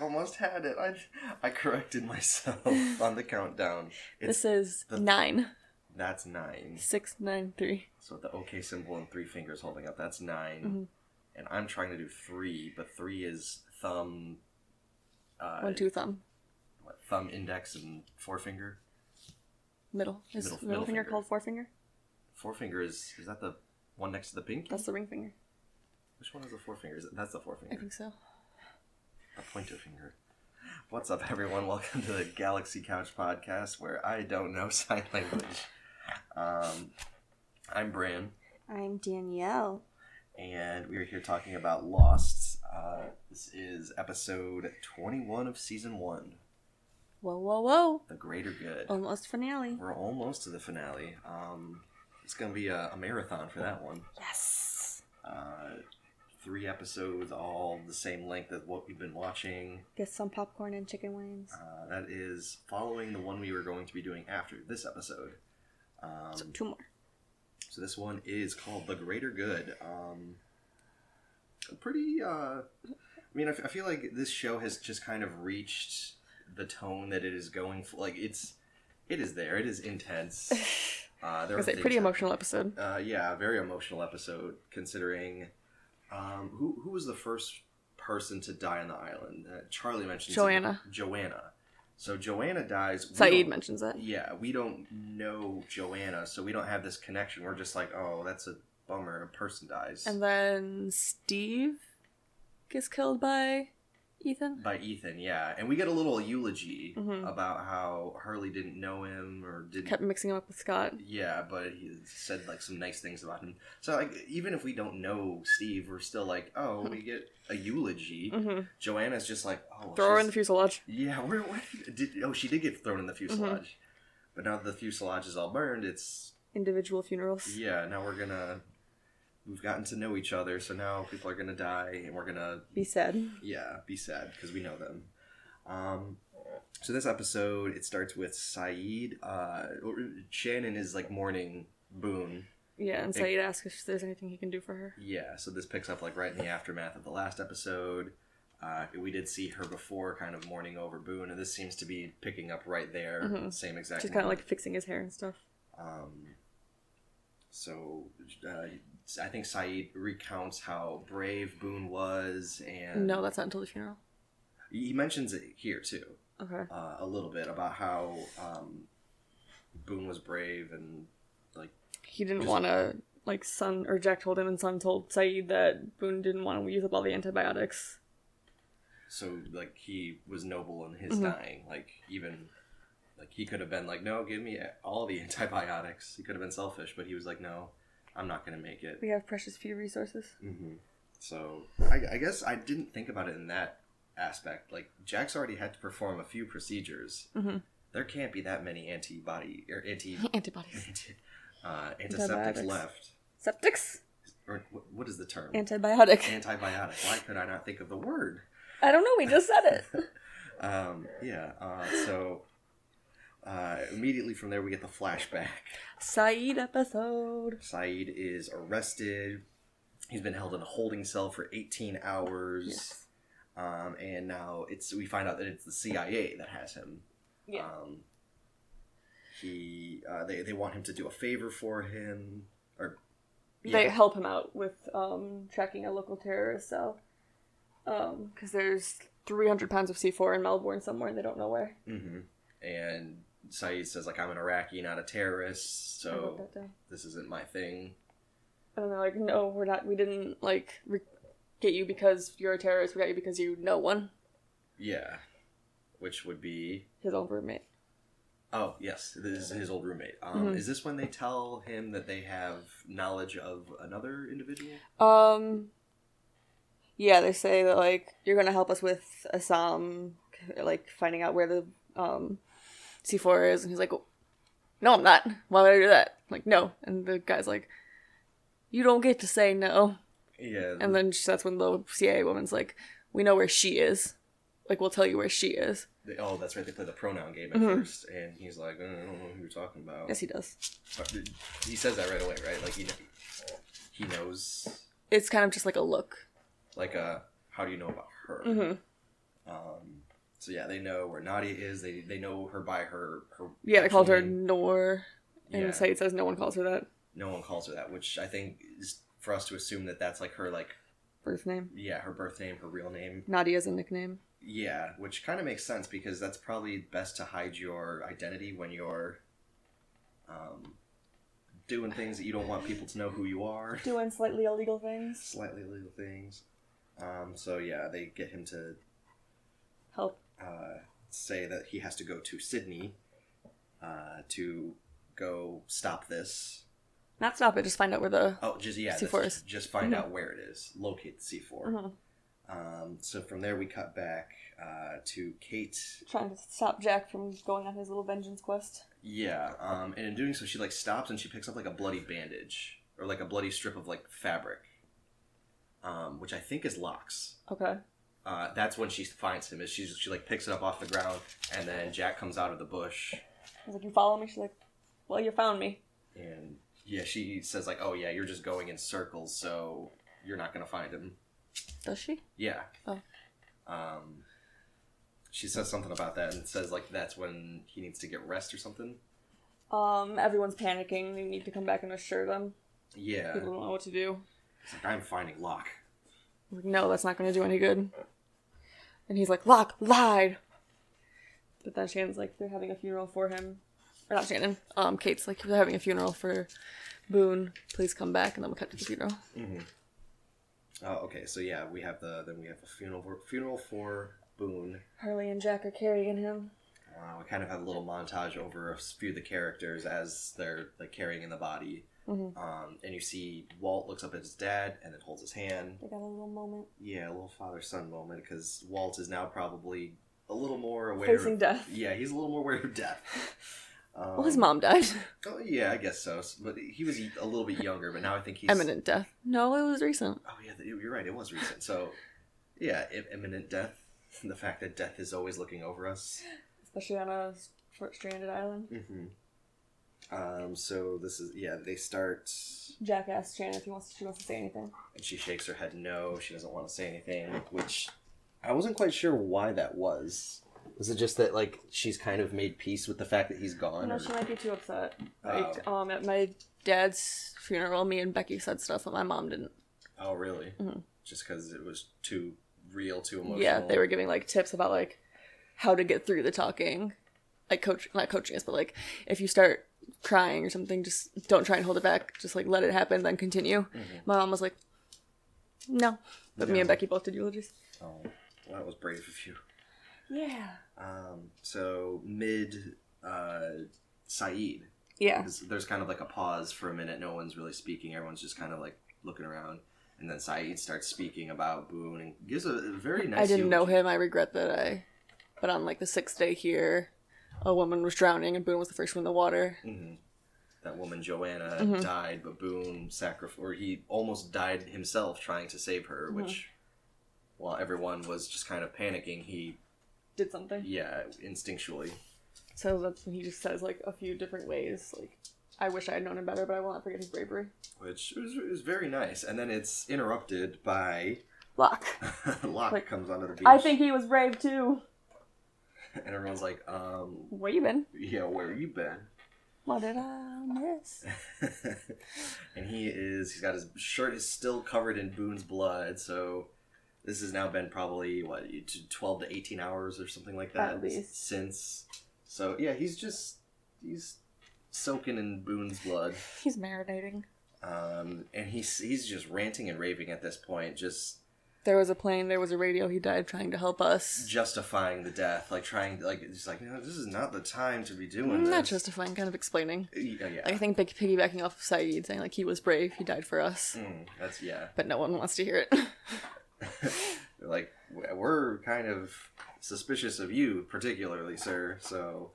almost had it. I, I corrected myself on the countdown. It's This is the- nine. that's nine. Six, nine, three. So the OK symbol and three fingers holding up. That's 9 Mhm. and I'm trying to do three, but three is thumb. Uh, One, two, thumb. what, thumb index and forefinger. Middle. Is Middle- middle, middle finger, finger. called forefinger? Forefinger is is that the one next to the pink? That's the ring finger. Which one is the forefinger? Is it- That's the I forefinger. think so. A pointer finger. What's up, everyone? Welcome to the Galaxy Couch Podcast, where I don't know sign language. Um, I'm Bran, I'm Danielle. and we are here talking about Lost. Uh, this is episode 21 of season one, Whoa, whoa, whoa. The Greater Good. Almost finale. We're almost to the finale. Um, it's going to be a, a marathon for that one. Yes. Uh, three episodes, all the same length as what we've been watching. Get some popcorn and chicken wings. Uh, that is following the one we were going to be doing after this episode. Um, so two more. so this one is called The Greater Good. Um, a pretty. Uh, I mean, I, f- I feel like this show has just kind of reached the tone that it is going for. Like it's, it is there. It is intense. Uh, there are It was a things pretty that- emotional episode. Uh, yeah, a very emotional episode considering. Um, who who was the first person to die on the island? Uh, Charlie mentioned Joanna. Joanna. So Joanna dies. We Saeed don't- mentions that. Yeah, we don't know Joanna, so we don't have this connection. We're just like, oh, that's a bummer. A person dies And then Steve gets killed by Ethan. by Ethan. Yeah, and we get a little eulogy Mhm. about how Hurley didn't know him or didn't. Kept mixing him up with Scott. yeah, but he said like some nice things about him. So like, even if we don't know Steve, we're still like, oh, we get a eulogy. Mm-hmm. Joanna's just like, oh, Throw her in the she's- fuselage. Mm-hmm. Yeah, where, where did? Oh, she did get thrown in the fuselage, but now that the fuselage is all burned, it's Individual funerals. yeah. Now we're gonna we've gotten to know each other, so now people are gonna die, and we're gonna Be sad. yeah be sad because we know them. Um, so this episode it starts with Saeed. Uh, or- Shannon is like mourning Boone. Yeah, and Think- Saeed asks if there's anything he can do for her. Yeah, so this picks up like right in the aftermath of the last episode. Uh, we did see her before, kind of mourning over Boone, and this seems to be picking up right there. Mhm. Same exact. She's kind of moment. like fixing his hair and stuff. Um, so uh, I think Saeed recounts how brave Boone was, and No, that's not until the funeral. he mentions it here too Okay. uh, a little bit about how um, Boone was brave and He didn't Just- want to, like, Sun or Jack told him, and Sun told Saeed that Boone didn't want to use up all the antibiotics. so like he was noble in his Mhm. dying like even like he could have been like no give me all the antibiotics he could have been selfish but he was like no i'm not gonna make it We have precious few resources. hmm so I, I guess i didn't think about it in that aspect like jack's already had to perform a few procedures Mhm. there can't be that many antibody or anti, Antibodies. uh, antiseptics Antibiotics. left Septics? or what, what is the term Antibiotic. antibiotic why could i not think of the word I don't know, we just said it. um, yeah. Uh, so uh, immediately from there, we get the flashback. Saeed episode. Saeed is arrested. He's been held in a holding cell for 18 hours, Yes. um, and now it's we find out that it's the CIA that has him. Yeah. Um, he uh, they they want him to do a favor for him or They yeah. help him out with um, tracking a local terrorist cell. Because there's 300 pounds of C4 in Melbourne somewhere, and they don't know where. Mhm. And Saeed says like I'm an Iraqi, not a terrorist, I so wrote that down. this isn't my thing. and they're like, "No, we're not. We didn't like re- get you because you're a terrorist. We got you because you know one." Yeah, which would be His own roommate. Oh yes, this is his old roommate. Um, Mhm. Is this when they tell him that they have knowledge of another individual? Um. Yeah, they say that like you're gonna help us with Assam, like finding out where the um C4 is, and he's like, "No, I'm not. Why would I do that?" like, no, and the guy's like, "You don't get to say no." Yeah. And then she, that's when the CIA woman's like, "We know where she is. Like, we'll tell you where she is." they, oh, that's right. They play the pronoun game at Mhm. first, and he's like, "I don't know who you're talking about." Yes, he does. He says that right away, right? Like he kn- he knows, uh, It's kind of just like a look. like a how do you know about her? Mm-hmm. Um, so yeah, they know where Nadia is. They they know her by her her. Yeah, they called her actual name. Nor, and Yeah. the site says no one calls her that No one calls her that, which I think is for us to assume that that's like her like birth name. yeah her birth name, her real name. Nadia is a nickname. Yeah, which kind of makes sense because that's probably best to hide your identity when you're um, doing things that you don't want people to know who you are, Doing slightly illegal things. slightly illegal things. Um, so yeah, they get him to Help. uh, say that he has to go to Sydney uh, to go stop this. Not stop it, just find out where the. Oh, just yeah, C4 that's- is- just find Mhm. out where it is. Locate the C 4 Mhm. Um, so from there, we cut back uh, to Kate Trying to stop Jack from going on his little vengeance quest. Yeah, um, and in doing so, she like stops and she picks up like a bloody bandage or like a bloody strip of like fabric, um, which I think is Locke's. Okay. Uh, that's when she finds him. Is she she like picks it up off the ground, and then Jack comes out of the bush, He's like, You follow me? She's like, Well, you found me. and yeah, she says like, "Oh yeah, you're just going in circles, so you're not gonna find him." Does she? Yeah. Oh. Um, she says something about that and says like that's when he needs to get rest or something. Um, everyone's panicking. They need to come back and assure them. Yeah, People don't know what to do. it's like I'm finding Locke. I'm like, no, that's not going to do any good. And he's like, Locke lied. But then Shannon's like, they're having a funeral for him. Or not Shannon. Um, Kate's like, they're having a funeral for Boone. Please come back. And then we cut to the funeral. Oh, okay. So yeah, we have the then we have a funeral funeral for Boone. Harley and Jack are carrying him. Uh, we kind of have a little montage over a few of the characters as they're like carrying in the body. Mhm. Um, and you see Walt looks up at his dad and then holds his hand. They got a little moment. Yeah, a little father son moment because Walt is now probably a little more aware. Facing of, death. Yeah, he's a little more aware of death. Um, Well, his mom died. Oh, yeah, I guess so. S- But he was a little bit younger, but now I think he's Imminent death. No, it was recent. Oh yeah, you- you're right. It was recent. So, yeah, i- imminent death. The fact that death is always looking over us. Especially on a s- short stranded island. Mm-hmm. Um. So this is yeah. They start, Jack asks Shannon if he wants, she wants to say anything. and she shakes her head no. She doesn't want to say anything. Which I wasn't quite sure why that was. Was it just that like she's kind of made peace with the fact that he's gone? No, or- she might be too upset. Oh. Like, um, at my dad's funeral, me and Becky said stuff, but my mom didn't. Oh really? Mhm. Just because it was too real, too emotional. Yeah, they were giving like tips about like how to get through the talking, like coach, not coaching us, but like if you start crying or something, just don't try and hold it back. Just like let it happen, then continue. Mhm. My mom was like, "No," but me Yeah. and Becky both did eulogies. Oh, well, that was brave of you. Yeah. Um, so mid uh, Saeed, Yeah. because there's kind of like a pause for a minute. No one's really speaking. Everyone's just kind of like looking around, and then Saeed starts speaking about Boone and gives a a very nice. I didn't eulogy. know him. I regret that I. But on like the sixth day here, a woman was drowning, and Boone was the first one in the water. Mhm. That woman Joanna Mhm. died, but Boone sacrificed, or he almost died himself trying to save her. Mhm. Which, while everyone was just kind of panicking, he Did something. yeah instinctually. So that's when he just says like a few different ways. Like, I wish I had known him better, but I will not forget his bravery. Which was, was very nice, and then it's interrupted by Locke. Locke Like, comes onto the beach. I think he was brave too. And everyone's like, um, Where you been? yeah, where you been? What did I miss? and he is, he's got his shirt is still covered in Boone's blood, so this has now been probably, what, t- 12 to 18 hours or something like that At least. since. So, yeah, he's just, he's soaking in Boone's blood. He's marinating. Um, and he's, he's just ranting and raving at this point, just There was a plane. There was a radio. He died trying to help us. justifying the death, like trying, like, just like, no, this is not the time to be doing this. Not justifying, kind of explaining. Yeah, yeah. I think big piggybacking off of Saeed, saying like he was brave. He died for us, Mm, that's, yeah. but no one wants to hear it. They're like "W- we're kind of suspicious of you particularly sir so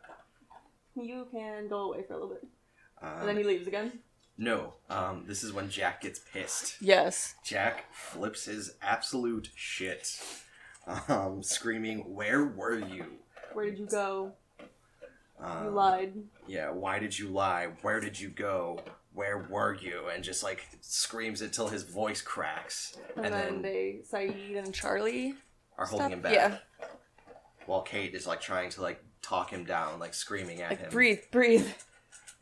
you can go away for a little bit, um, leaves again. no um, this is when jack gets pissed Yes. jack flips his absolute shit um, screaming where were you Where did you go? um, yeah why did you lie where did you go where were you and just like screams it till his voice cracks and, then, they Saeed and Charlie are holding him back Yeah. while Kate is like trying to like talk him down, like screaming at him. Like, breathe, breathe.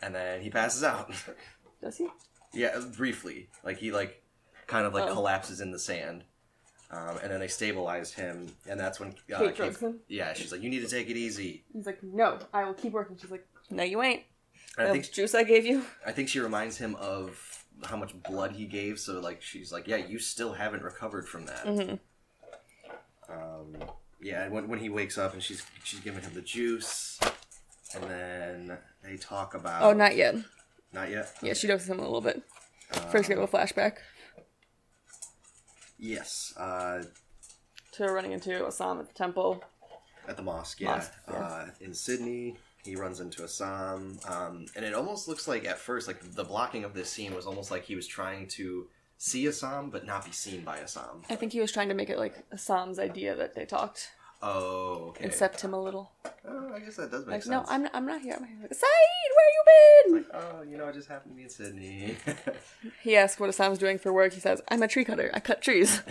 And then he passes out. Does he? yeah, briefly. Like he like kind of like Oh. collapses in the sand. Um, and then they stabilized him, and that's when uh, Kate drugs him. Yeah, she's like, "You need to take it easy." He's like, no, I will keep working. She's like, no, you ain't. And I That think juice I gave you. I think she reminds him of how much blood he gave, so like she's like, "Yeah, you still haven't recovered from that." Mhm. Um, yeah, and when, when he wakes up and she's she's giving him the juice, and then they talk about Oh, not yet. not yet. Yeah, she doses him a little bit. Um, First, we have a flashback yes, uh, to her running into Assam at the temple. at the mosque. Yeah, Mosque, yeah. Uh, in Sydney, he runs into Assam, um, and it almost looks like at first, like the blocking of this scene was almost like he was trying to see Assam but not be seen by Assam. I think he was trying to make it like Assam's idea that they talked, Oh, okay. incept him a little. Oh, I guess that does make Like, sense. no, I'm, I'm not here. I'm here. Like, Saeed, where you been? Like, oh, you know, I just happened to be in Sydney. He asks what Assam's doing for work. He says, I'm a tree cutter. I cut trees.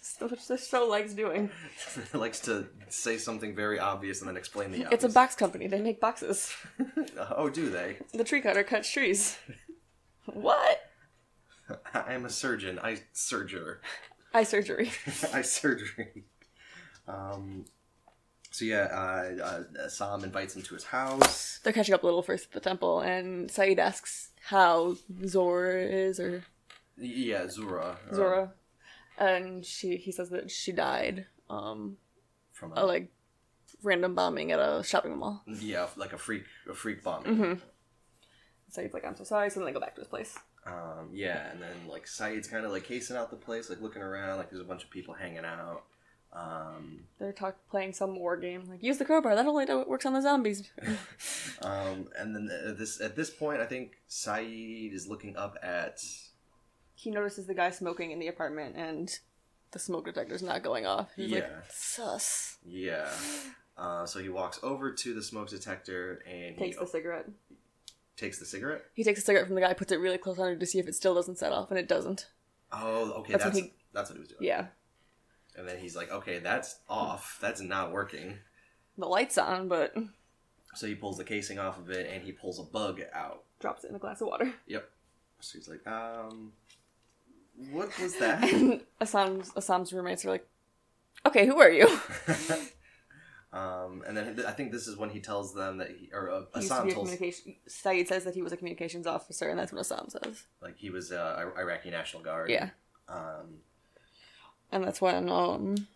so, which this show likes doing. Likes to say something very obvious and then explain the It's obvious. a box company. They make boxes. oh, do they? The tree cutter cuts trees. what? I am a surgeon. I surger. Eye surgery. I surgery. Um, so yeah, uh, uh, Assam invites him to his house. They're catching up a little first at the temple, and Saeed asks how Zora is, or Y- Yeah, Zura. uh, Zora, and she he says that she died, um, from a, a, like random bombing at a shopping mall. yeah, like a freak, a freak bombing. Mm-hmm. Saeed's like, I'm so sorry. So then they go back to his place. Um, yeah, and then like Saeed's kind of like casing out the place, like looking around, like there's a bunch of people hanging out. Um, They're talk playing some war game, like use the crowbar. That only do- works on the zombies. Um, and then uh, this at this point, I think Saeed is looking up at. he notices the guy smoking in the apartment, and the smoke detector's not going off. He's like, Yeah. sus. Yeah. Uh, so he walks over to the smoke detector and Takes he the cigarette. takes the cigarette. He takes a cigarette from the guy, puts it really close on it to see if it still doesn't set off, and it doesn't. Oh, okay. That's That's what that's what he- he, was doing. Yeah, And then he's like, "Okay, that's off. That's not working." the light's on, but So he pulls the casing off of it and he pulls a bug out. drops it in a glass of water. Yep. So he's like, "Um, what was that?" And Assam's, Assam's roommates are like, okay, who are you? um, and then I think this is when he tells them that he or uh, He used to Assam be a tells communication. Saeed says that he was a communications officer, and that's what Assam says. like he was uh, Ir- Iraqi National Guard. Yeah, Um, and that's when um,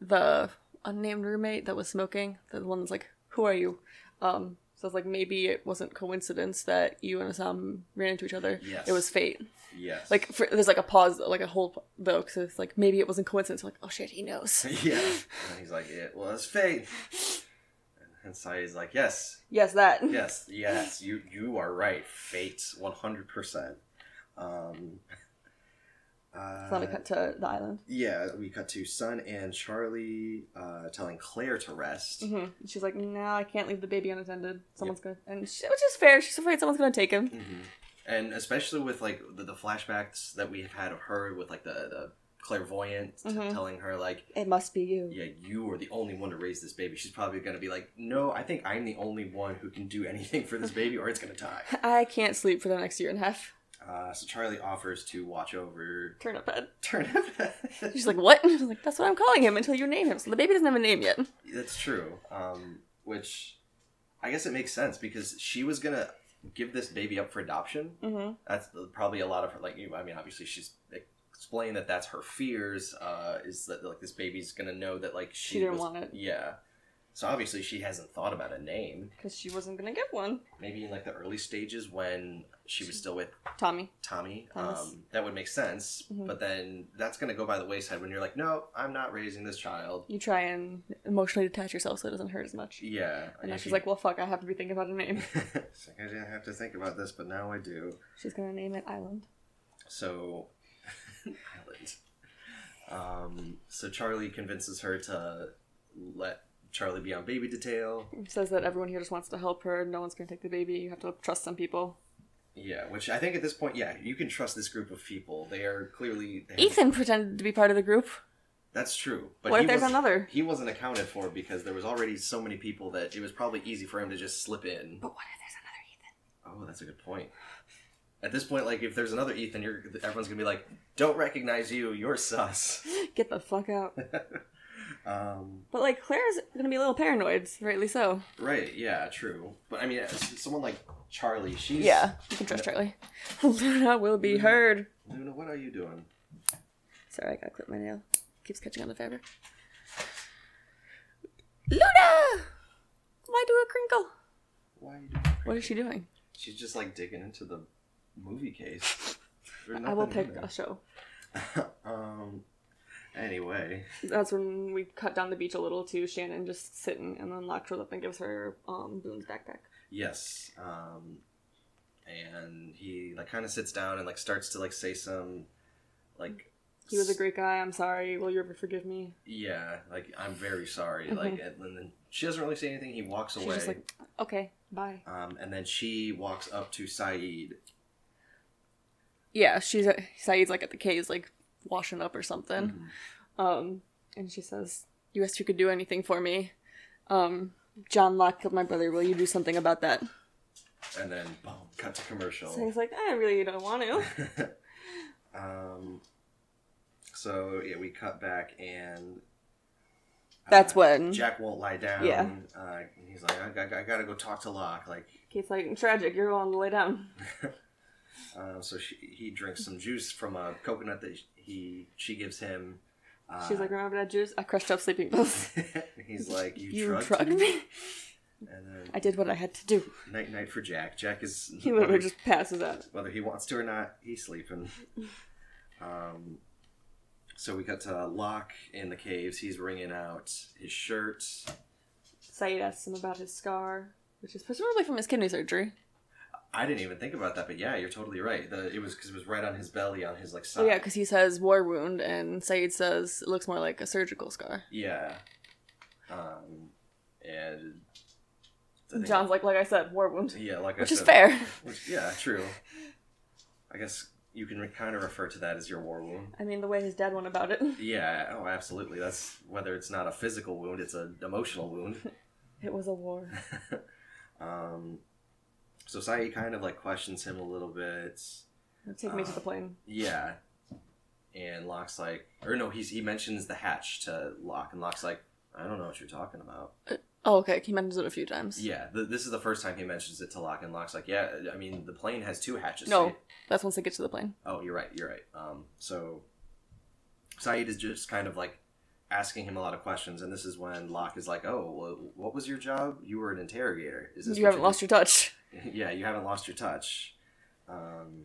the unnamed roommate that was smoking, the one that's like, who are you? Um, so it's like maybe it wasn't coincidence that you and Assam ran into each other. Yes. It was fate. yes. Like for, there's like a pause, like a whole though, because it's like maybe it wasn't coincidence. like oh shit, he knows. yeah. And he's like, it was fate. And Sai's like, yes, yes, that. yes, yes, you you are right. Fate, one hundred percent. Um. So then we Uh, cut to the island. yeah, we cut to Sun and Charlie uh, telling Claire to rest. hmm She's like, no, I can't leave the baby unattended. Someone's gonna, and she, which is fair. She's afraid someone's gonna take him. Mhm. And especially with like the, the flashbacks that we have had of her with like the, the clairvoyant t- Mhm. telling her like It must be you. yeah, you are the only one to raise this baby. She's probably going to be like, no, I think I'm the only one who can do anything for this baby or it's going to die. I can't sleep for the next year and a half. Uh, so Charlie offers to watch over Turnip head. Turnip. She's like, what? She's like, that's what I'm calling him until you name him. So the baby doesn't have a name yet. That's true. Um, which I guess it makes sense because she was going to give this baby up for adoption. Mm-hmm. That's probably a lot of her, like, you- I mean, obviously she's explained that that's her fears, uh, is that, like, this baby's going to know that, like, she, She didn't was- want it. Yeah. So obviously she hasn't thought about a name. Because she wasn't gonna get one. maybe in like the early stages when she was still with Tommy. Tommy, Thomas. um, that would make sense. Mhm. But then that's going to go by the wayside when you're like, no, I'm not raising this child. You try and emotionally detach yourself so it doesn't hurt as much. Yeah. And now if she's you- like, well, fuck, I have to be thinking about a name. It's like, I didn't have to think about this, but now I do. She's gonna name it Island. So, Island. Um, so Charlie convinces her to let Charlie be on baby detail. She says that everyone here just wants to help her. No one's gonna take the baby. You have to trust some people. Yeah, which I think at this point, yeah, you can trust this group of people. They are clearly. they have- Ethan pretended to be part of the group. That's true. But what he if there's was, another? He wasn't accounted for because there was already so many people that it was probably easy for him to just slip in. But what if there's another Ethan? Oh, that's a good point. At this point, like if there's another Ethan, you're everyone's gonna be like, "Don't recognize you. You're sus." Get the fuck out. Um, But like Claire's gonna be a little paranoid, rightly so. right? Yeah, true. But I mean, uh, s- someone like Charlie, she's Yeah, you can trust Charlie. Luna will be Luna. heard. Luna, what are you doing? Sorry, I gotta clip my nail. Keeps catching on the fabric. Luna! Why do a crinkle? Why are you doing? What is she doing? She's just like digging into the movie case. There's I will nothing pick in a show. there. um. Anyway, That's when we cut down the beach a little to Shannon just sitting, and then Locke shows up and gives her um, Boone's backpack. yes. Um, and he like kind of sits down and like starts to like say some, like. He was a s- great guy. I'm sorry. Will you ever forgive me? Yeah, like I'm very sorry. Mhm. Like, and then she doesn't really say anything. He walks She's away, just like, okay, bye. um, and then she walks up to Saeed. Yeah, she's at, Saeed's like at the caves, like washing up or something. Mhm. Um, and she says, "You asked if you could do anything for me. Um, John Locke killed my brother. Will you do something about that?" and then boom, cut to commercial. So he's like, "I really don't want to." um, so yeah, we cut back and That's uh, when Jack won't lie down. Mm-hmm. Yeah. uh, and he's like, I, I, I gotta go talk to Locke. Like, Kate's like, "Tragic. You're going to lay down." uh, so she, he drinks some juice from a coconut that he she gives him. Uh, She's like, "Remember that juice? I crushed up sleeping pills. he's like, you, you drugged, drugged me? me. And then I did what I had to do." night night for Jack. Jack is He literally just passes out. whether he wants to or not, he's sleeping. Um, so we cut to Locke in the caves. He's wringing out his shirt. Saeed asks him about his scar, which is presumably from his kidney surgery. I didn't even think about that, but yeah, you're totally right. The, it was because it was right on his belly, on his like side. Oh yeah, because he says war wound, and Saeed says it looks more like a surgical scar. yeah. Um, and I think- John's like, like I said, war wound, yeah, like I which is said, fair. Which, yeah, true. I guess you can re- kind of refer to that as your war wound. I mean, the way his dad went about it, Yeah. Oh, absolutely. That's whether it's not a physical wound, it's an emotional wound. it was a war. Um, so Sai kind of like questions him a little bit. Take me to the plane. Yeah. And Locke's like, or no, he's he mentions the hatch to Locke, and Locke's like, I don't know what you're talking about. Oh, okay. He mentions it a few times. Yeah, th- this is the first time he mentions it to Locke, and Locke's like, yeah, I mean, the plane has two hatches. No. right? That's once they get to the plane. Oh, you're right. You're right. Um, so Saeed is just kind of like asking him a lot of questions, and this is when Locke is like, "Oh, well, what was your job? You were an interrogator. Is You what haven't you're- lost your touch. yeah, you haven't lost your touch. Um,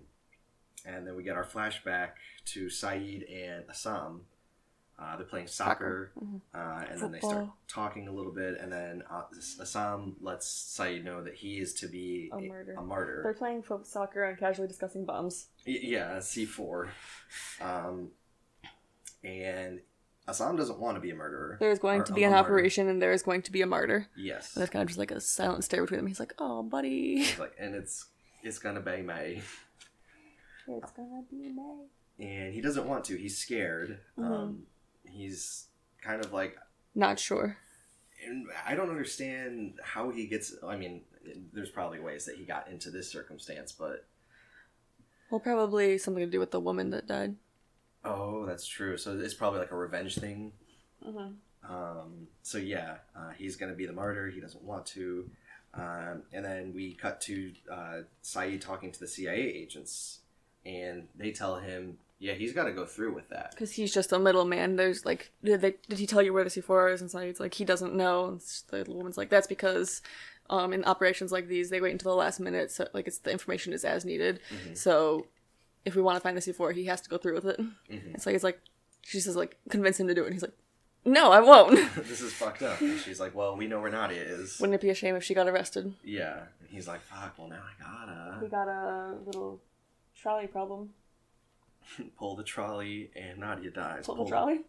and then we get our flashback to Saeed and Assam. Uh, they're playing soccer, Mhm. uh, and then they start Football. talking a little bit, and then uh, Assam lets Saeed know that he is to be A martyr. A martyr. They're playing fo- soccer and casually discussing bombs. Y- Yeah, C four. Um, and Assam doesn't want to be a murderer. There is going Or to a be an martyr. operation, and there is going to be a martyr. Yes, And there's kind of just like a silent stare between them. He's like, "Oh, buddy, It's like, and it's it's gonna be May, it's gonna be May." and he doesn't want to. He's scared. Um, he's kind of like Not sure. and I don't understand how he gets. I mean, there's probably ways that he got into this circumstance, but Well, probably something to do with the woman that died. oh, that's true. So it's probably like a revenge thing. Mm-hmm. Um, so yeah, uh, he's gonna be the martyr. He doesn't want to. Um, and then we cut to uh, Saeed talking to the CIA agents, and they tell him, yeah, he's got to go through with that. Because he's just a middleman. There's like, did, they, did he tell you where the C4 is? And so he's like, he doesn't know. And s- the woman's like, that's because um, in operations like these, they wait until the last minute. So, like, it's the information is as needed. Mhm. So, if we want to find the C4, he has to go through with it. Mhm. And so he's like, she says, like, convince him to do it. And he's like, no, I won't. this is fucked up. And she's like, well, we know where Nadia is. Wouldn't it be a shame if she got arrested? yeah. And he's like, fuck. Well, now I gotta got a little trolley problem. pull the trolley, and Nadia dies. The lever.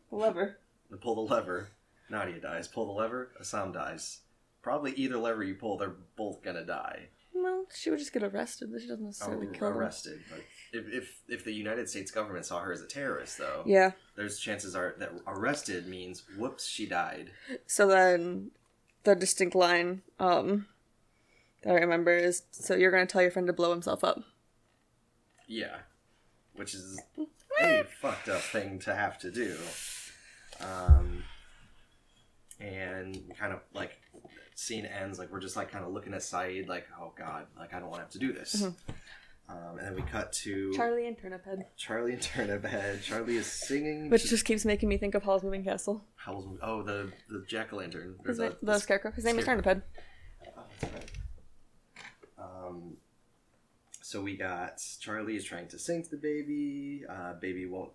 pull the lever. Nadia dies. Pull the lever. Assam dies. Probably either lever you pull, they're both gonna die. Well, she would just get arrested. She doesn't Or necessarily kill them. arrested, but If, if if the United States government saw her as a terrorist, though, Yeah. there's chances are that arrested means whoops, she died. So then the distinct line um that I remember is so you're gonna tell your friend to blow himself up. Yeah, which is a fucked up thing to have to do. Um, and kind of like scene ends like we're just like kind of looking at Saeed like oh god like I don't want to have to do this. Um, and then we cut to Mm-hmm. Charlie and Turnip Head. Charlie and Turnabed. Charlie is singing. Which just keeps making me think of Hall's Moving Castle. Howl's, oh the the jack o' lantern. His na- the, scarecrow. His name is Turnip Head. Um, so we got Charlie is trying to sing to the baby. Uh, baby won't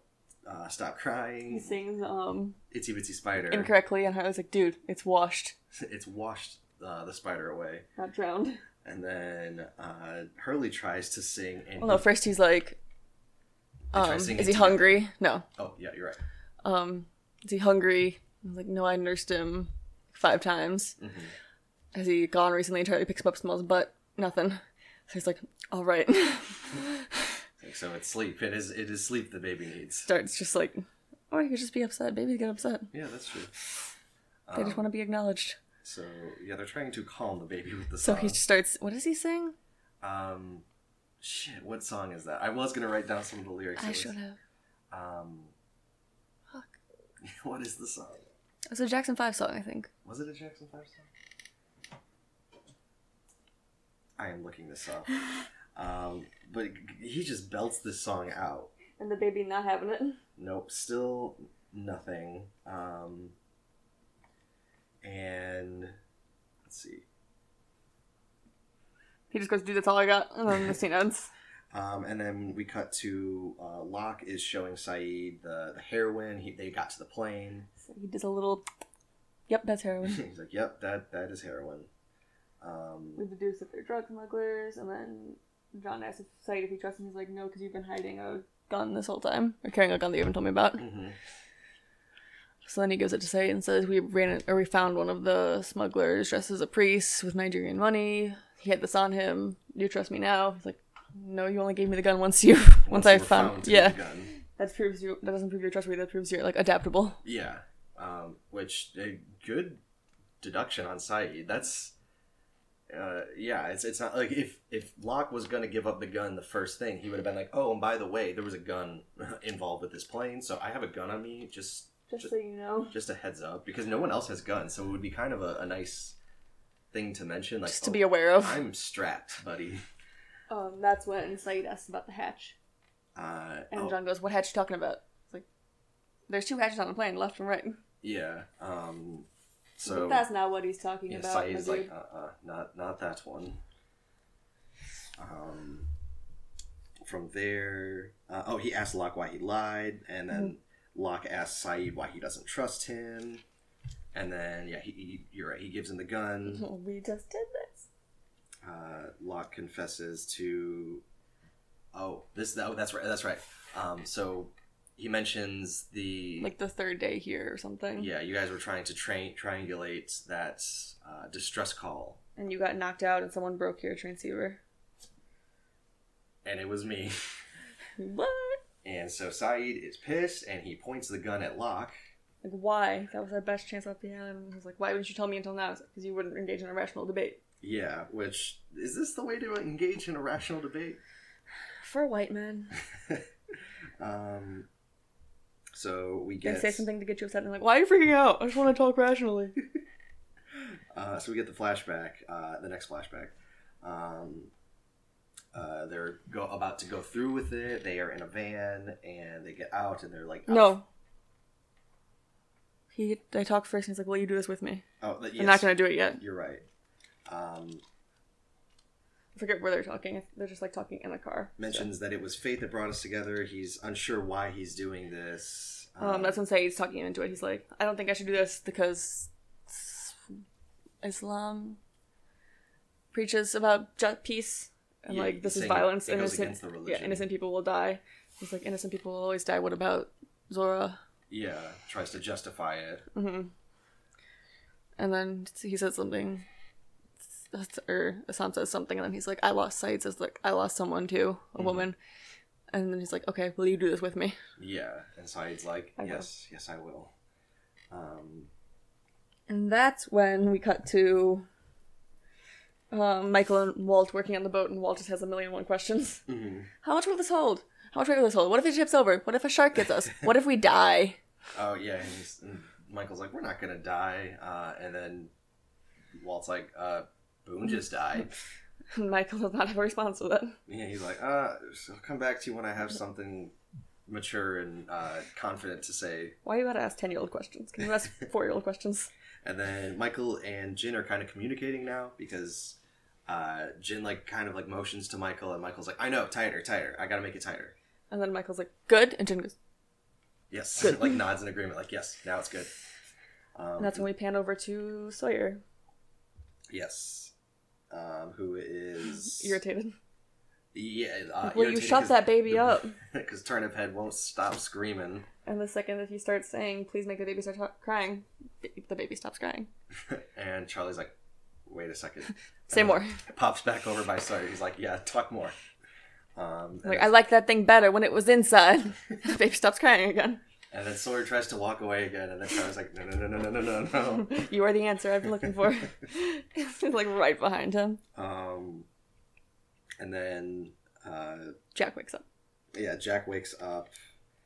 uh, stop He crying. sings um Itsy bitsy spider. incorrectly and I was like, dude, it's washed, It's washed uh, the spider away. not drowned. And then uh, Hurley tries to sing. And Well no, first he's like they try um, singing is he together. hungry? No. Oh yeah, you're right. Um, is he hungry? I was like, no, I nursed him five times. Mhm. Has he gone recently? Charlie picks him up, smells butt, nothing. So he's like, all right. Like, so it's sleep. It is. It is sleep the baby needs. Starts just like, or he could just be upset. Babies get upset. Yeah, that's true. Um, They Oh. just want to be acknowledged. So yeah, they're trying to calm the baby with the So song. he just starts, what does he sing? Um, shit, what song is that? I was gonna write down some of the lyrics. It I was- should have. Um, Fuck. what is the song? It's a Jackson 5 song, I think. Was it a Jackson Five song? I am looking this up. Um, but he just belts this song out. And the baby not having it. Nope, still nothing. Um, and let's see. He just goes, dude, that's all I got. And then the scene ends. Um, and then we cut to uh, Locke is showing Saeed the, the heroin. He, they got to the plane. So he does a little, yep, that's heroin. He's like, "Yep, that that is heroin." Um, we deduce that they're drug smugglers, and then John asks Said if he trusts him. He's like, no, because you've been hiding a gun this whole time, or carrying a gun that you haven't told me about. mhm. So then he gives it to Said and says, we ran it, or we found one of the smugglers dressed as a priest with Nigerian money. He had this on him. Do you trust me now? He's like, no, you only gave me the gun once you, once, I you were found, to be yeah. the gun. That proves you. That doesn't prove you're trustworthy. That proves you're like adaptable. yeah. Um, which a good deduction on Saeed. That's, uh, yeah. It's it's not like if if Locke was gonna give up the gun the first thing, he would have been like, "Oh, and by the way, there was a gun involved with this plane, so I have a gun on me." Just Just so you know. just a heads up because no one else has guns, so it would be kind of a, a nice thing to mention. Like, Just to "Oh, be aware of. I'm strapped, buddy. Um, that's when Said asks about the hatch. Uh, And oh, John goes, "What hatch you talking about?" It's like, "There's two hatches on the plane, left and right." yeah. Um, so but that's not what he's talking yeah, about. Saeed's my like, dude. uh, uh, not, not that one. Um, from there, uh, oh, he asked Locke why he lied, and then Mm-hmm. Locke asks Saeed why he doesn't trust him, and then yeah, he, he you're right, he gives him the gun. "Well, we just did this. uh, Locke confesses to. Oh, this oh, that's right. That's right. Um, so he mentions the Like the third day here or something. yeah. You guys were trying to train triangulate that uh, distress call, And you got knocked out, and someone broke your transceiver. and it was me. What? And so Saeed is pissed, and he points the gun at Locke. Like, why? That was our best chance left behind. He's like, "Why wouldn't you tell me until now?" Because you wouldn't engage in a rational debate. Yeah, which is this the way to engage in a rational debate? For a white man, Um, so we they get say something to get you upset, and they're like, "Why are you freaking out? I just want to talk rationally." Uh, so we get the flashback, uh, the next flashback. Um, uh, they're go- about to go through with it. They are in a van and they get out and they're like, no. He, they talk first, and he's like, "Will you do this with me?" oh, th- I'm yes, not gonna do it yet. You're right. Um, I forget where they're talking. They're just like talking in the car. mentions that it was fate that brought us together. He's unsure why he's doing this. Uh, So, um, that's when Saeed's talking into it. He's like, I don't think I should do this because s- Islam preaches about ju- peace and Yeah, like this is saying violence. it goes Innocent, against the yeah, religion. innocent people will die. He's like, innocent people will always die. What about Zora? yeah, tries to justify it. And then he says something, Mm-hmm. or Assam says something, and then he's like, I lost sight. Says like, I lost someone too, a woman. And then he's like, okay, will you do this with me? Yeah, and Saeed's like, I will. yes, yes, I will. Um, And that's when we cut to um, Michael and Walt working on the boat, and Walt just has a million and one questions. mhm. How much will this hold? How much weight will this hold? What if it tips over? What if a shark gets us? What if we die? Oh yeah, and, he's, and Michael's like, we're not gonna die, uh, and then Walt's like, uh, Mm-hmm. Boone just died. And Michael does not have a response to that. Yeah, he's like, uh, so I'll come back to you when I have something mature and uh, confident to say. Why you gotta ask 10 year old questions? Can you ask 4 year old questions? And then Michael and Jin are kind of communicating now because uh, Jin like kind of like motions to Michael, and Michael's like, I know, tighter, tighter. I gotta make it tighter. And then Michael's like, good. And Jen goes, Yes, Good. like nods in agreement, like yes, now it's good. Um, and that's when we pan over to Sawyer, yes, um, who is irritated. Yeah, uh, Will you shut that baby up? Because Turnip Head won't stop screaming. And the second that he starts saying, please make the baby start ta- crying, b- the baby stops crying. And Charlie's like, wait a second. Say And more. Pops back over by Sawyer. He's like, yeah, talk more. Um, and, Like, I like that thing better when it was inside. the baby stops crying again. and then Sawyer tries to walk away again, and then Charlie's like, no, no, no, no, no, no, no, You are the answer I've been looking for. it's like right behind him. no. um, and then, uh, Jack wakes up yeah, Jack wakes up.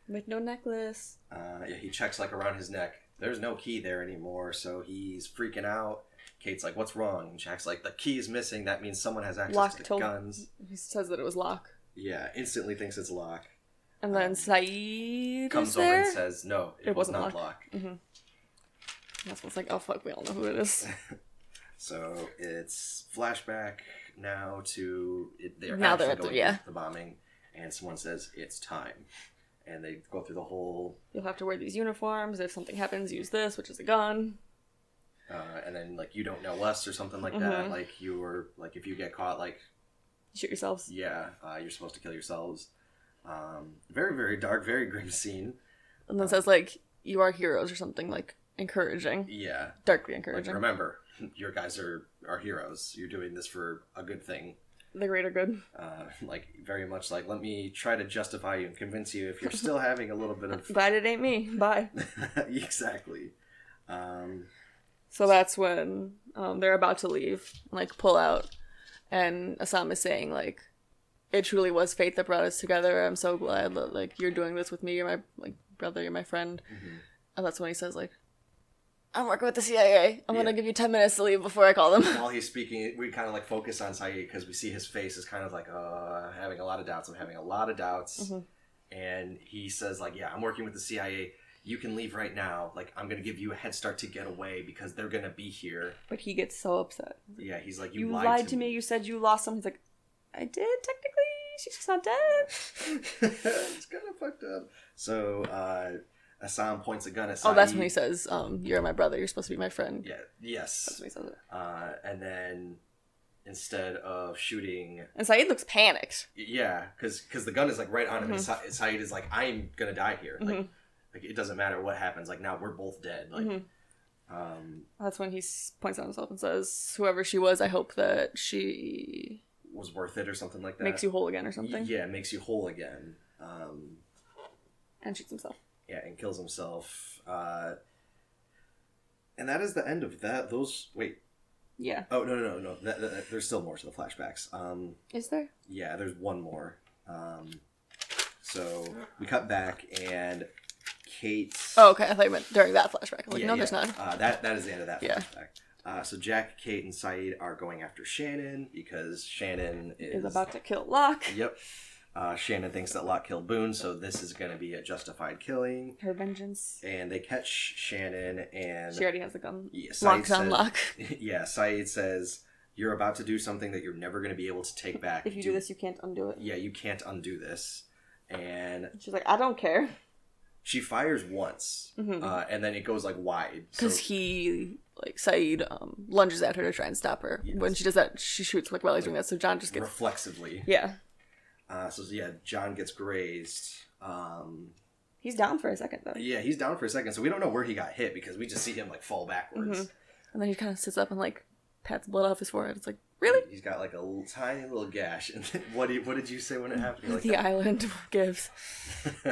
with no necklace. Uh, yeah, he checks like around his neck. There's no key there anymore, so he's freaking out. Kate's like, "What's wrong?" And Jack's like, "The key is missing. That means someone has access Locked to the till- guns." He says that it was Locke. Yeah, instantly thinks it's Locke. And then Saeed Uh, Comes is over there. and says, "No, it, It was wasn't not Locke." That's what's like, oh fuck, we all know who it is. So it's flashback now to it, they're Now actually they're at the- going yeah. through the bombing, and someone says it's time, and they go through the whole, You'll have to wear these uniforms. If something happens, use this, which is a gun. uh, and then like you don't know us or something like that. Mhm. Like you were like if you get caught, like Shoot yourselves. yeah, uh, you're supposed to kill yourselves. Um, very very dark, very grim scene. And Uh. then says like, you are heroes or something like encouraging, Yeah, darkly like encouraging. remember, your guys are are heroes. You're doing this for a good thing. the greater good. uh, like very much like let me try to justify you and convince you if you're still having a little bit of Glad it ain't me. Bye. exactly um, So that's when um, they're about to leave, like pull out, and Assam is saying like, "It truly was fate that brought us together. I'm so glad that like you're doing this with me. You're my like brother. You're my friend." And that's when he says like, "I'm working with the CIA. I'm Yeah. gonna give you ten minutes to leave before I call them." while he's speaking we kind of like focus on Saeed because we see his face is kind of like uh having a lot of doubts I'm having a lot of doubts Mm-hmm. and he says like yeah I'm working with the CIA you can leave right now like I'm gonna give you a head start to get away because they're gonna be here But he gets so upset. yeah he's like You, lied, to me. You said you lost him. He's like, "I did technically. She's just not dead." it's kind of fucked up so uh Assam points a gun at Saeed Oh, that's when he says, um, "You're my brother. You're supposed to be my friend." yeah yes That's when he says it. uh, and then instead of shooting And Saeed looks panicked. yeah because the gun is like right on him and Mm-hmm. Sa- saeed is like i'm gonna die here like, like it doesn't matter what happens like now we're both dead Mm-hmm. like um That's when he s- points at himself and says, "Whoever she was, I hope that she was worth it or something like that makes you whole again or Y- something." yeah makes you whole again um And shoots himself. yeah and kills himself uh and that is the end of that those wait Yeah. oh no no no no that, that, that- there's still more to the flashbacks um Is there? Yeah, there's one more. Um, so we cut back and Kate. Oh, okay. I thought you meant during that flashback. I'm like, Yeah, no, yeah. there's not. Uh, that that is the end of that Yeah. flashback. Uh, so Jack, Kate, and Saeed are going after Shannon because Shannon is, Is about to kill Locke. Yep. Uh, Shannon thinks that Locke killed Boone, so this is going to be a justified killing. Her vengeance. And they catch Shannon and She already has a gun. Yeah, Saeed Locke's on said- Locke. yeah, Saeed says you're about to do something that you're never going to be able to take back. If you do this, you can't undo it. yeah, you can't undo this. And She's like, I don't care, she fires once uh, and then it goes like wide so, Mm-hmm. because he like Saeed um, lunges at her to try and stop her. When she does that, she shoots like while he's doing that. So John just gets reflexively yeah. uh, so yeah john gets grazed um, He's down for a second though, yeah he's Mm-hmm. down for a second so we don't know where he got hit because we just see him like fall backwards and then he kind of sits up and like pats blood off his forehead. It's like, really? He's got like a l- tiny little gash. And then what, do you, what did you say when it happened? You're like, the island gives.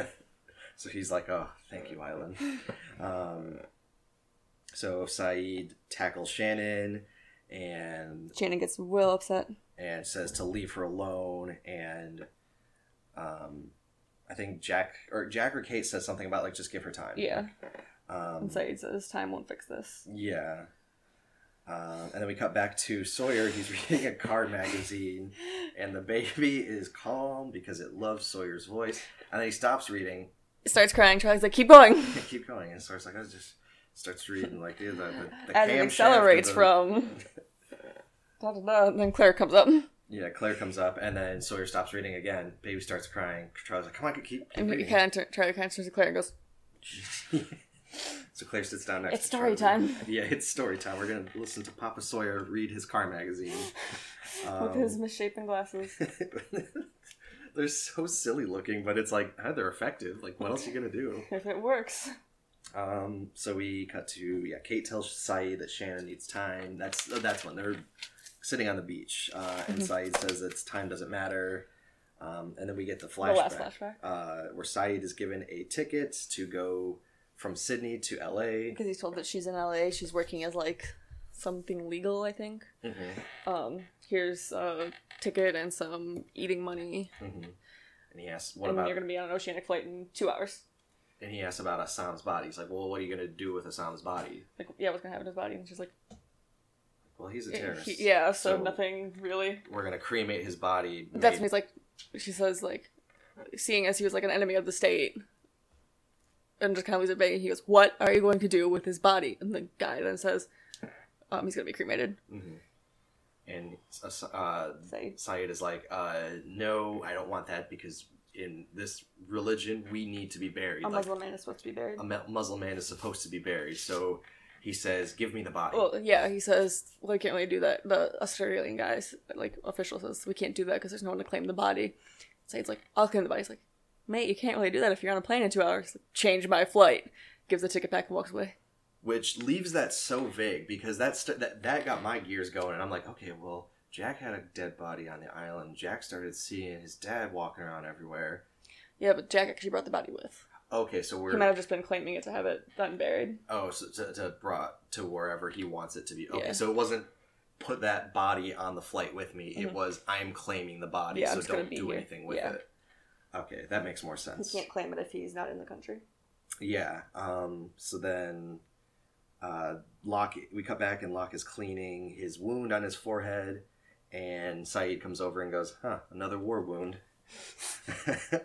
so he's like, "Oh, thank you, Island." Um, so Saeed tackles Shannon and Shannon gets real upset. and says to leave her alone. And um, I think Jack or Jack or Kate says something about like just give her time. Yeah. Um, And Saeed says, time won't fix this. yeah. Um, and then we cut back to Sawyer. He's reading a card magazine, and the baby is calm because it loves Sawyer's voice. And then he stops reading Starts crying. Charlie's like, keep going. I keep going and starts like I was just starts reading like the the, the As it camshaft of accelerates the- from. Da, da, da, and then Claire comes up. yeah Claire comes up and then Sawyer stops reading again baby starts crying Charles like come on keep, keep And he reading." kind of tur- Charlie kind of turns to Claire and goes, so Claire sits down next It's to story Charlie. time. yeah it's story time we're gonna listen to Papa Sawyer read his car magazine with Um, his misshapen glasses. they're so silly looking but it's like huh, they're effective like what else are you gonna do if it works. Um, so we cut to yeah, Kate tells Saeed that Shannon needs time. That's uh, that's when they're sitting on the beach, uh, and Mm-hmm. Saeed says that time doesn't matter. Um, and then we get the The flashback, last flashback. Uh, where Saeed is given a ticket to go from Sydney to L.A. Because he's told that she's in LA. She's working as, like, something legal, I think. Mm-hmm. Um, here's a ticket and some eating money. Mm-hmm. And he asks, "What and about?" you're going to be on an oceanic flight in two hours. And he asks about Assam's body. He's like, "Well, what are you gonna do with Assam's body?" Like, yeah, what's going to happen to his body? And she's like, Well, he's a "Eh, terrorist. he- yeah, so, So- nothing really. We're gonna cremate his body. That's when maybe- he's like, she says, like, seeing as he was like an enemy of the state. And just kind of leaves it vague. and He goes, What are you going to do with his body? And the guy then says, um, He's going to be cremated. Mm-hmm. and Ass- uh, Say, Sayed is like, uh, no, I don't want that because in this religion we need to be buried. a like, Muslim man is supposed to be buried. a mu- Muslim man is supposed to be buried. So he says, give me the body. Well, yeah, he says we can't really do that. The Australian guys, like official, says we can't do that because there's no one to claim the body. So he's like, I'll claim the body. He's like, mate, you can't really do that if you're on a plane in two hours. He's like, Change my flight. Gives the ticket back and walks away. Which leaves that so vague because that's st- that that got my gears going, and I'm like, okay, well, Jack had a dead body on the island. Jack started seeing his dad walking around everywhere. Yeah, but Jack actually brought the body with. Okay, so He might we're have just been claiming it to have it unburied. oh, so to, to brought to wherever he wants it to be. Okay, Yeah. so it wasn't put that body on the flight with me. It Mhm. was I'm claiming the body, Yeah, so it's gonna don't be do here. anything with Yeah. it. Okay, that makes more sense. claim it if he's not in the country. Yeah. Um, so then uh, Locke, we cut back and Locke is cleaning his wound on his forehead, and Saeed comes over and goes, "Huh, another war wound." uh,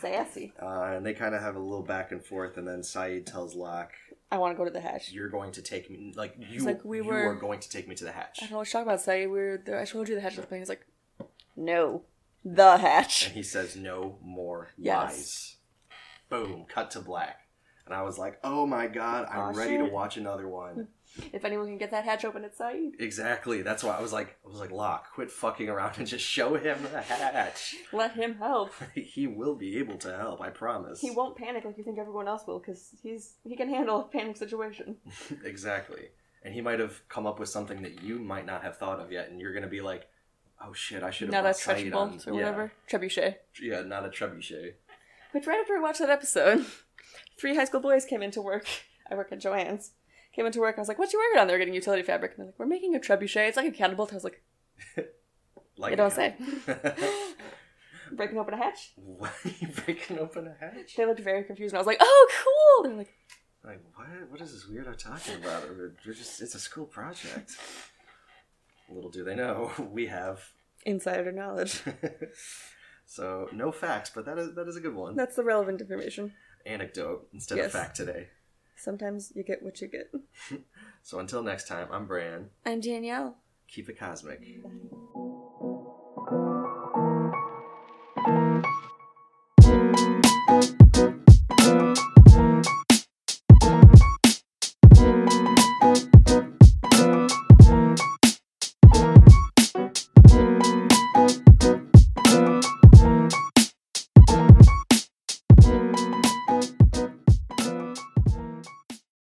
Sassy. and they kind of have a little back and forth, and then Saeed tells Locke, I want to go to the hatch. "You're going to take me, like you, like, we you were- are going to take me to the hatch." I don't know what you're talking about, Say. We were there. I showed you the hatch. He's like, no, the hatch. And he says, "No more Yes. lies." Boom. Cut to black. And I was like, "Oh my god, I'm Aw, ready to shit. watch another one." If anyone can get that hatch open, it's Saeed. Exactly. That's why I was like, I was like, Locke, quit fucking around and just show him the hatch. Let him help. he will be able to help. I promise. He won't panic like you think everyone else will, because he's he can handle a panic situation. exactly. And he might have come up with something that you might not have thought of yet, and you're gonna be like, "Oh shit, I should have Not a brought Saeed stretch on." bolt or whatever. Trebuchet. Yeah, yeah, not a trebuchet. Which right after we watched that episode, three high school boys came into work. I work at Joanne's. Came into work. I was like, "What you wearing down there? Getting utility fabric?" And they're like, "We're making a trebuchet. It's like a catapult." I was like, Like "You don't say." say. Breaking open a hatch. what? You breaking open a hatch? They looked very confused, and I was like, "Oh, cool!" They're like, Like what? What is this weirdo talking about? We're we're just, it's a school project. Little do they know, we have "Insider knowledge." so no facts, but that is that is a good one. That's the relevant information. Anecdote instead of Yes. fact today. Sometimes you get what you get. So until next time, I'm Bran. I'm Danielle. Keep it cosmic. Bye.